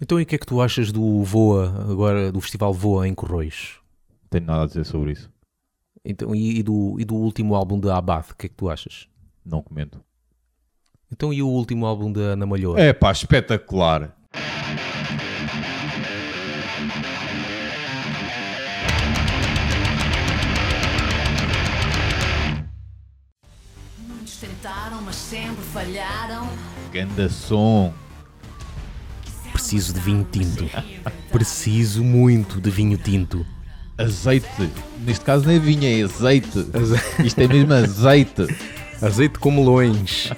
Então e o que é que tu achas do Voa, agora, do Festival Voa em Corroios? Tenho nada a dizer sobre isso. Então, e, e do, e do último álbum da Abad, o que é que tu achas? Não comento. Então e o último álbum da Ana Malhoa? É pá, espetacular. Muitos tentaram, mas sempre falharam. Ganda som. Preciso de vinho tinto. Preciso muito de vinho tinto. Azeite. Neste caso não é vinho, é azeite. Isto é mesmo azeite. Azeite com melões.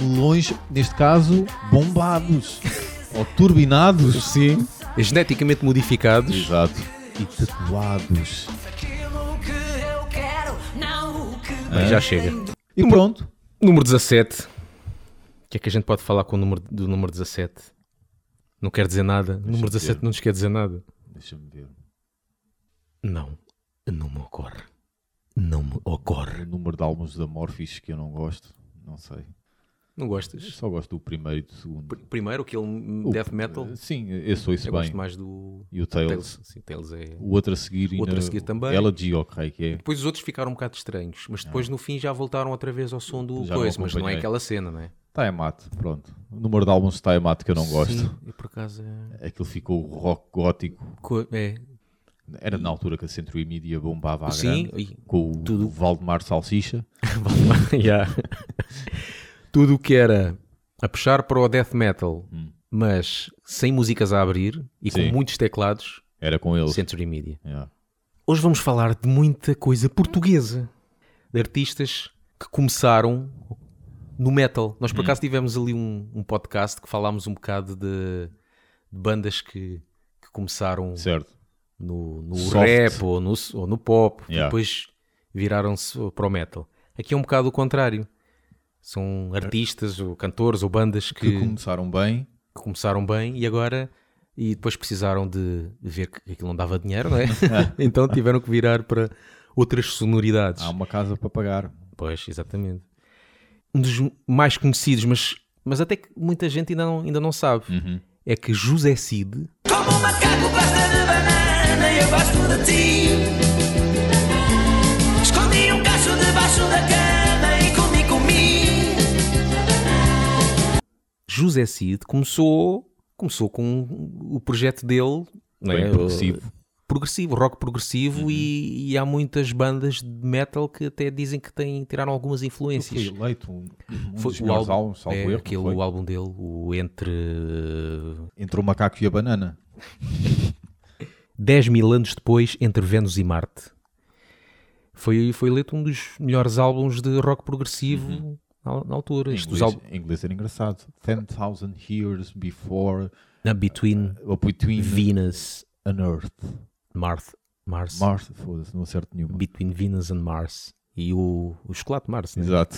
Melões, neste caso, bombados. Ou turbinados. Sim. Geneticamente modificados. Exato. E tatuados. Aquilo que eu quero, não o que Mas já chega. E pronto. Número 17. O que é que a gente pode falar com o número, do número 17? Não quer dizer nada. O número 17 ver. não nos quer dizer nada. Deixa-me ver. Não. Não me ocorre. Não me ocorre. O número de álbuns da Morphis que eu não gosto. Não sei. Não Eu gostas? só gosto do primeiro e do segundo. Primeiro, aquele O- death metal. Sim, esse ouço Eu bem. gosto mais do E o Tails. Tales. Sim, Tales é... O outro a seguir. outro a ainda- seguir também. Elegy, ok, que é. Depois os outros ficaram um bocado estranhos, mas depois no fim já voltaram outra vez ao som do Ah. Já não coisa, mas não é acompanhei. aquela cena, não é? Time Out, pronto. O número de álbuns de Time Out que eu não gosto. Sim, e por acaso é... Aquilo ficou rock gótico. co- é. Era na altura que a Century Media bombava a Sim, grande, e- com o tudo. Valdemar Salsicha. Yeah. Tudo o que era a puxar para o death metal, mas sem músicas a abrir e Hum. Sim. com muitos teclados, Era com eles. Century Media. Yeah. Hoje vamos falar de muita coisa portuguesa, de artistas que começaram no metal. Nós por acaso tivemos ali um, um podcast que falámos um bocado de, de bandas que, que começaram Certo. no, no Soft. rap ou no, ou no pop, e Yeah. depois viraram-se para o metal. Aqui é um bocado o contrário. São artistas ou cantores ou bandas Que É. que, começaram bem. que começaram bem e agora e depois precisaram de ver que aquilo não dava dinheiro, não é? então tiveram que virar para outras sonoridades. Há uma casa para pagar. Pois, exatamente. Um dos mais conhecidos, mas, mas até que muita gente ainda não, ainda não sabe, é que José Cid Como um macaco pasta de banana eu gosto de ti Escondi um cacho debaixo da cama e comi, comi José Cid começou, começou com o projeto dele não Bem é? progressivo. progressivo, Uhum. rock progressivo e, e há muitas bandas de metal que até dizem que têm, tiraram algumas Foi influências. eleito um, um Foi dos melhores álbuns, salvo é, erro, aquele foi? álbum dele, o entre eh, Entre o macaco e a banana. 10 mil anos depois, entre Vênus e Marte. Foi, foi eleito um dos melhores álbuns de rock progressivo na, na altura. Uhum. Em Isto os inglês, álbuns em inglês era engraçado. 10,000 years before na Between or between Venus, an earth. Marte, Mars, Mars, foda-se, não acerto nenhuma. Between Venus and Mars. E o, o chocolate Mars, né? Exato.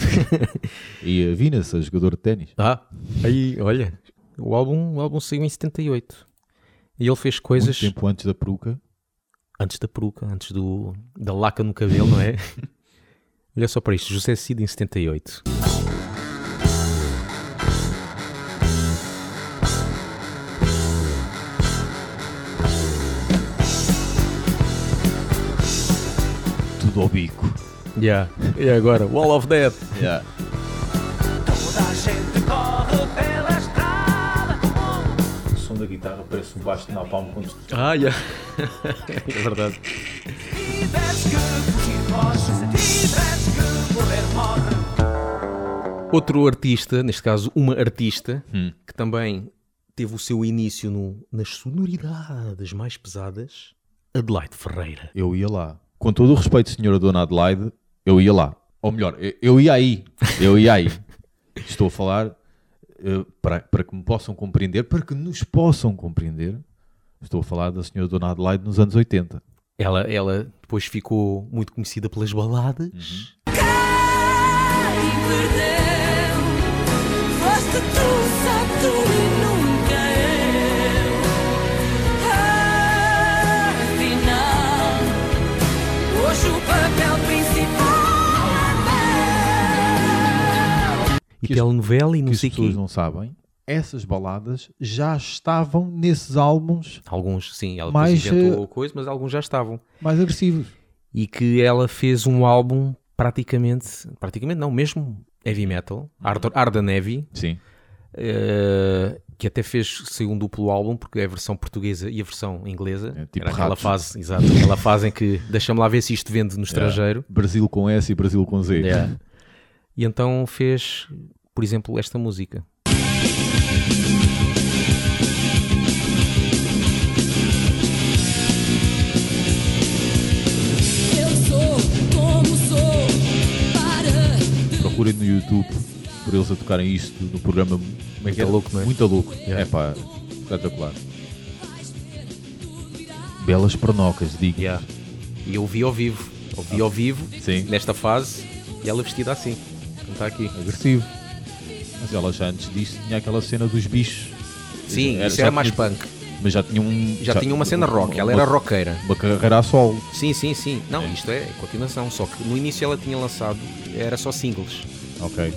e a Venus, a jogadora de ténis. Ah, aí, olha, o álbum, o álbum saiu em 78. E ele fez Muito coisas tempo antes da peruca. antes da peruca, antes do, da laca no cabelo, não é? olha só para isto, José Cid em 78. Tudo ao bico. Yeah. E agora, Wall of Death. Yeah. Toda a gente corre pela estrada comum O som da guitarra parece um baixo de napalm quando Ah, yeah. é verdade. Tivesse que fugir, foge Se tivesse que morrer, morre Outro artista, neste caso uma artista, Hum. que também teve o seu início no- nas sonoridades mais pesadas, Adelaide Ferreira. Eu ia lá. Com todo o respeito, senhora Dona Adelaide, eu ia lá. Ou melhor, eu, eu ia aí. Eu ia aí. Estou a falar eh, para, para que me possam compreender, para que nos possam compreender. Estou a falar da senhora Dona Adelaide nos anos 80. Ela, ela depois ficou muito conhecida pelas Uhum. baladas. Ai, perdeu. Foste tu, só tu e nunca eu. Afinal, hoje o papel principal é E meu. Que as- telenovela e Que não as sei o pessoas quê. não sabem. essas baladas já estavam nesses álbuns Alguns, sim, ela Mais, depois inventou eh, a coisa, mas alguns já estavam. mais agressivos. E que ela fez um álbum praticamente, praticamente não, mesmo heavy Uhum. metal, hard, hard and heavy, Sim. eh, que até fez saiu um duplo álbum, porque é a versão portuguesa e a versão inglesa. É, tipo Era aquela ratos. fase, exato, aquela fase em que deixa-me lá ver se isto vende no estrangeiro. Brasil com S e Brasil com Z. Yeah. E então fez, por exemplo, esta música. Eu sou como sou, para Procurem no YouTube por eles a tocarem isto no programa como é Muito que era? louco, não é? Muito louco. Yeah. É pá, espetacular. Belas pernocas, digo. Yeah. E eu vi ao vivo, ouvi ao vivo, Sim. nesta fase, e ela vestida assim. Não está aqui. Agressivo. Mas ela já antes disso tinha aquela cena dos bichos. Sim, Era- isso já era mais tinha- punk. Mas já tinha um. Já tinha uma cena rock, ela era uma- roqueira. Uma carreira a solo. Sim, sim, sim. Não, isto é continuação. Só que no início ela tinha lançado, era só singles. Ok.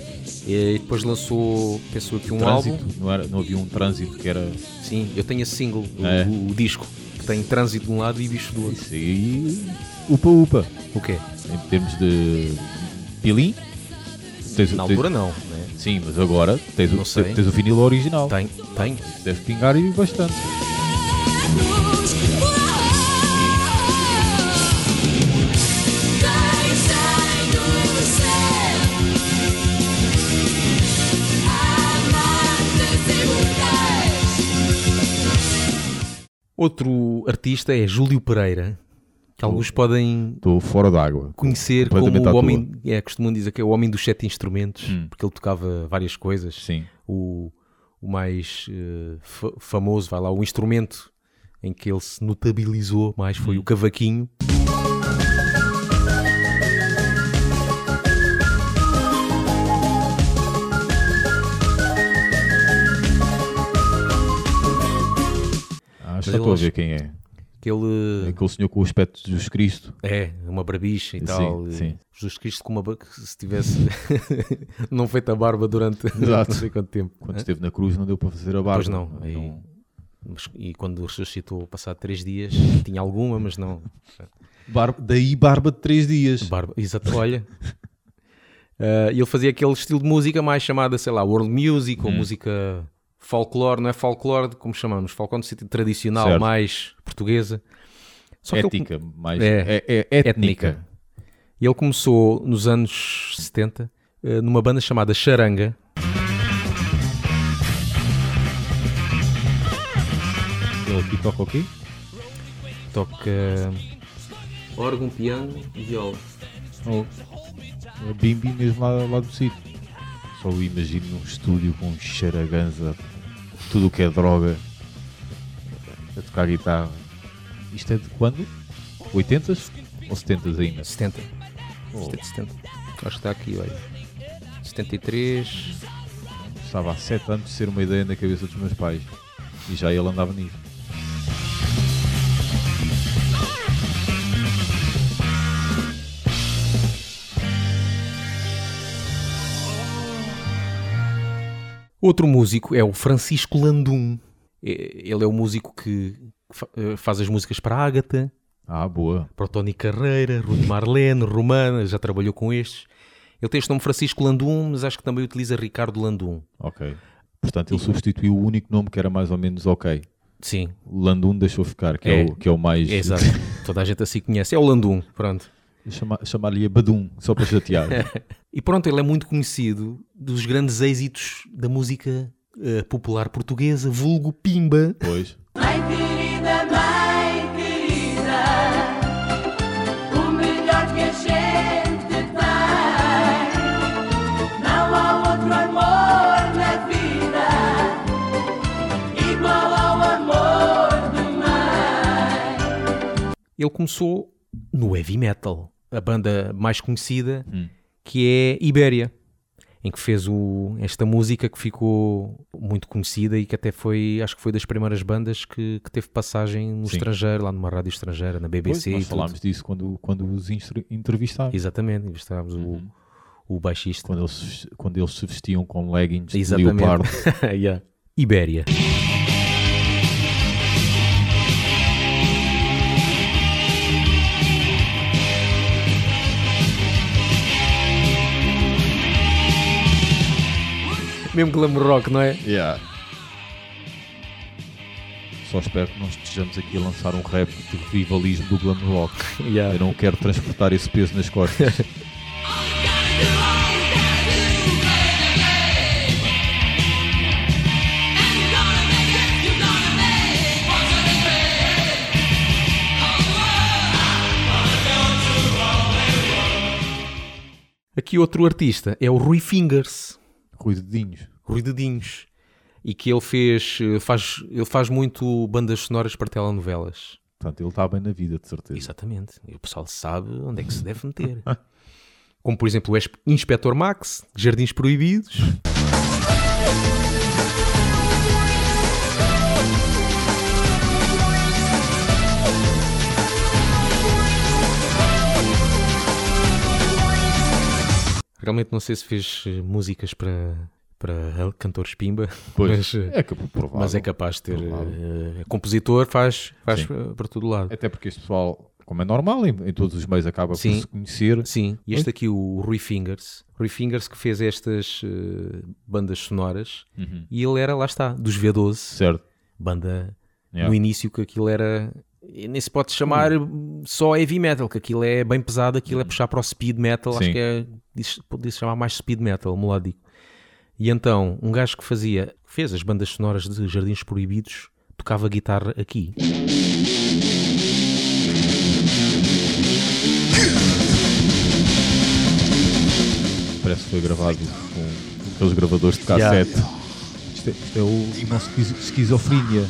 E depois lançou, pensou que um trânsito. álbum. Não, era, não havia um trânsito que era. Sim, eu tenho esse single, o- É. o, o disco, que tem trânsito de um lado e bicho do outro. Isso aí. Upa-upa. O quê? Em termos de. Pilim. Tens, Na tens- altura não, né? Sim, mas agora tens, o, Não sei. tens o vinil original. Tem, tem. Isso Deve pingar e bastante. luz. Quem sai do céu, amantes e mortais. Outro artista é Júlio Pereira, que alguns podem Estou fora d'água. conhecer como Completamente à o toa. homem, é, costumam dizer que é o homem dos sete instrumentos, Hum. porque ele tocava várias coisas. Sim. o, o mais eh, fa- famoso, vai lá, o instrumento em que ele se notabilizou mais Hum. foi o cavaquinho. Ah, Mas já ele estou a acho- ver quem é. Que ele Aquele senhor com o aspecto de Jesus Cristo. é uma brabicha e Sim, tal. sim. Jesus Cristo com uma ba- que se tivesse não feito a barba durante Exato. não sei quanto tempo. Quando né? esteve na cruz não deu para fazer a barba. Então, Pois não, aí- Mas- E quando ressuscitou passado três dias, tinha alguma, mas não. Barba- daí barba de três dias. Barba, exato, olha. Ah, e ele fazia aquele estilo de música mais chamada, sei lá, world music Hum. ou música folclore, não é folclore como chamamos, folclore no sentido tradicional, Certo. mais portuguesa. Só que ele, ética, mais É. é, é, é étnica. Étnica. e ele começou nos anos 70 eh, numa banda chamada Charanga. Ele aqui toca o quê? Toca órgão, piano e viola. É bimbi mesmo lá, lá do sítio. Só o imagino num estúdio com um charaganza, tudo o que é droga, a tocar guitarra. Isto é de quando? 80s ou 70s ainda? 70. Oh, 70, 70. Acho que está aqui, olha. 73. estava há 7 anos de ser uma ideia na cabeça dos meus pais e já ele andava nisso. Outro músico é o Francisco Landum. Eh, Ele é o músico que fa- eh, faz as músicas para a Ágata, Ah, boa. para o Tony Carreira, Rui Marlene, Romana, já trabalhou com estes. Ele tem este nome Francisco Landum, mas acho que também utiliza Ricardo Landum. Ok. Portanto, ele substituiu o único nome que era mais ou menos ok. Sim, Landum deixou ficar, que é, É. o, que é o mais. é exato. Toda a gente assim conhece. É o Landum, pronto. Chama- Chamar-lhe Badum, só para chatear. E pronto, ele é muito conhecido dos grandes êxitos da música eh, popular portuguesa, vulgo Pimba. pois. Mãe querida, mãe querida, o melhor que a gente tem. Não há outro amor na vida igual ao amor de mãe. Ele começou no heavy metal, a banda mais conhecida, Hum. que é Ibéria, em que fez o- esta música que ficou muito conhecida e que até foi, acho que foi das primeiras bandas que, que teve passagem no Sim. estrangeiro, lá numa rádio estrangeira, na BBC Pois, e nós tudo. falámos disso quando, quando os instru- entrevistámos. Exatamente, entrevistámos Uhum. o, o baixista. Quando eles, quando eles se vestiam com leggings Exatamente. de leopardo. Yeah. Ibéria. Mesmo glam rock, não é? Yeah. Só espero que não estejamos aqui a lançar um rap de revivalismo do glam rock. Eu não quero transportar esse peso nas costas. Aqui outro artista é o Rui Fingers. Cuidadinhos. Rui Dedinhos. E que ele fez, eh, faz, ele faz muito bandas sonoras para telenovelas. Portanto, ele está bem na vida, de certeza. Exatamente. E o pessoal sabe onde é que se deve meter. Como, por exemplo, o Esp- Inspector Max, Jardins Proibidos. Realmente não sei se fez eh, músicas para, para cantores pimba, Pois, mas, eh, é que provável. mas é capaz de ter. Provável. eh, compositor faz, faz eh, para todo lado. Até porque este pessoal, como é normal, em, em todos os meios acaba Sim. por se conhecer. Sim, e este aqui, o Rui Fingers. Rui Fingers que fez estas eh, bandas sonoras Uhum. e ele era, lá está, dos V12, Certo. banda Yeah. no início que aquilo era. e Nem se pode chamar só heavy metal, que aquilo é bem pesado, aquilo é puxar para o speed metal, acho Uhum. Sim. que é, diz- podia-se chamar mais speed metal, melódico. E então, um gajo que fazia, fez as bandas sonoras de Jardins Proibidos, tocava guitarra aqui. Parece que foi gravado com aqueles gravadores de cassete. Isto, é, isto é o, o nosso esquizo- esquizofrenia.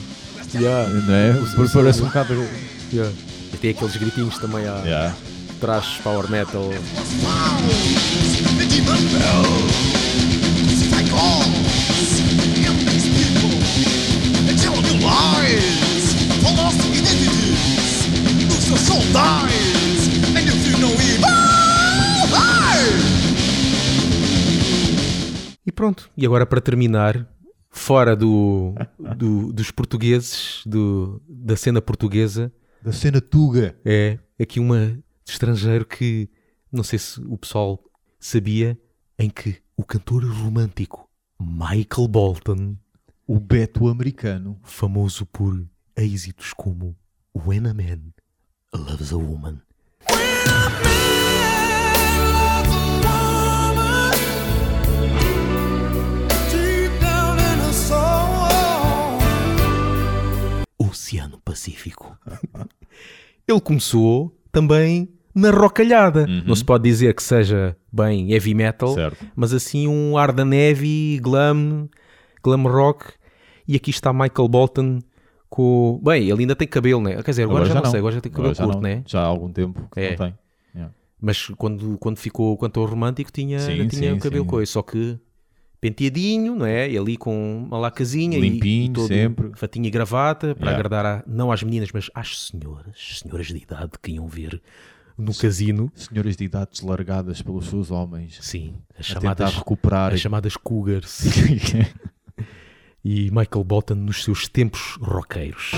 Não é? Parece um bocado. E tem aqueles gritinhos também à Yeah. trash power metal. E pronto. E agora para terminar, fora do, do- dos portugueses, do- da cena portuguesa, Da cena Tuga. é aqui uma de estrangeiro que não sei se o pessoal sabia, em que o cantor romântico Michael Bolton, O Beto americano. famoso por êxitos como When a Man Loves a Woman, Oceano Pacífico. Ele começou também na rocalhada. Não se pode dizer que seja bem heavy metal, Certo. mas assim um ar da neve, glam, glam rock. E aqui está Michael Bolton com. Bem, ele ainda tem cabelo, né? Quer dizer, agora, já, não, sei, agora já tem cabelo Agora já curto, não. né? Já há algum tempo que É. não tem. Yeah. Mas quando, quando ficou quando ao romântico tinha, Sim, ainda tinha sim, o cabelo sim. coisa, só que penteadinho, não é? E ali com uma lacazinha e- e Limpinho, todo sempre. fatinha e gravata para Yeah. agradar a- não às meninas, mas às senhoras, senhoras de idade que iam ver no casino. Senhoras de idades largadas pelos seus homens. Sim, as A tentar chamadas, recuperar. as chamadas cougars. e Michael Bolton nos seus tempos roqueiros.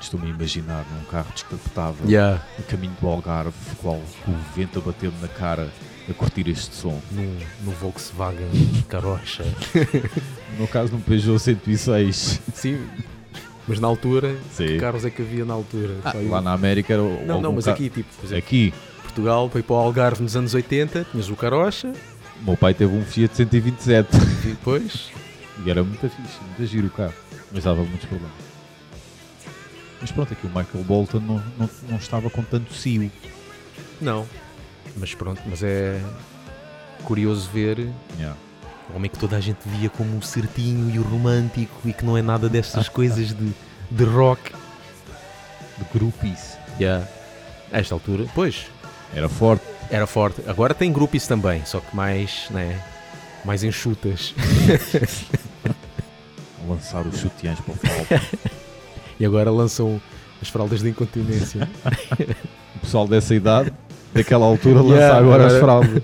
Estou-me a imaginar num carro descapotável. Yeah. a caminho do Algarve, qual com o vento a bater-me na cara a curtir este som. No, no Volkswagen Carocha. No caso, num Peugeot 106. Sim, mas na altura, Sim. que carros é que havia na altura? Só eu. Lá na América era o- Não, não, algum mas ca- aqui, tipo, por exemplo, Aqui, Portugal foi para o Algarve nos anos 80, tinhas o Carocha, o meu pai teve um Fiat 127 e depois. e era muito fixe, muito giro o carro, mas dava muitos problemas. Mas pronto, aqui o Michael Bolton não, não, não estava com tanto cio. Não. Mas pronto, mas é curioso ver Yeah. o homem que toda a gente via como o certinho e o romântico e que não é nada destas coisas de, de rock. De groupies. Yeah. A esta altura, pois, Era forte. era forte. Agora tem groupies também, só que mais, né? Mais enxutas. A lançar os sutiãs para o palco. E agora lançam as fraldas de incontinência. pessoal dessa idade, daquela altura, lança Yeah, agora as agora- fraldas.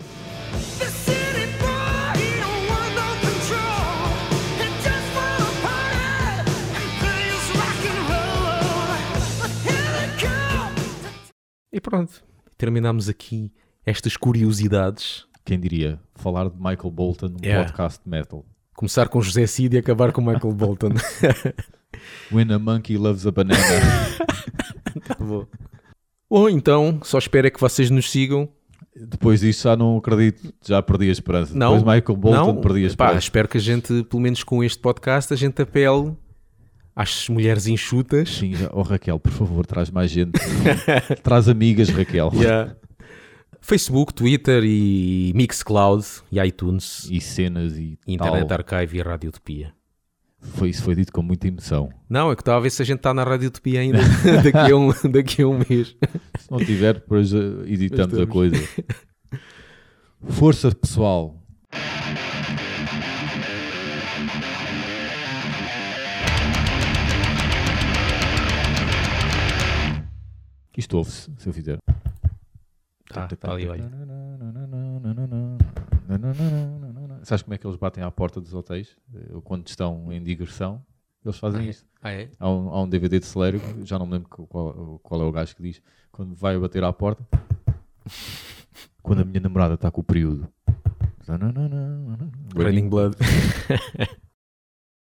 The city boy, he don't want no control. He just wanna party and play his rock and roll. But here they come. E pronto, terminamos aqui estas curiosidades. Quem diria falar de Michael Bolton num Yeah. podcast de metal? Começar com José Cid e acabar com Michael Bolton. When a monkey loves a banana. Vou. Ou então, só espero é que vocês nos sigam. Depois disso já não acredito, já perdi a esperança. Não, Depois Michael Bolton não, perdi a Pá, esperança. espero que a gente, pelo menos com este podcast, a gente apele às mulheres enxutas. Sim, já- oh Raquel, por favor, traz mais gente. traz amigas, Raquel. Yeah. Facebook, Twitter e Mixcloud e iTunes, E cenas e e Internet tal. Archive e Radiotopia. Foi, isso foi dito com muita emoção. Não, é que estava a ver se a gente está na Radiotopia ainda daqui, a um, daqui a um mês. Se não tiver, depois eh, editamos a Estamos. coisa. Força pessoal. Isto ouve-se, se eu fizer. Tá, tá ali, olha. Sabes como é que eles batem à porta dos hotéis? Eh, Quando estão em digressão, eles fazem isto. Ah, é? Há um, há um DVD de Celerio, já não me lembro qual- qual, qual é o gajo que diz, quando vai bater à porta, tá quando a minha namorada está com o período. Raining Blood.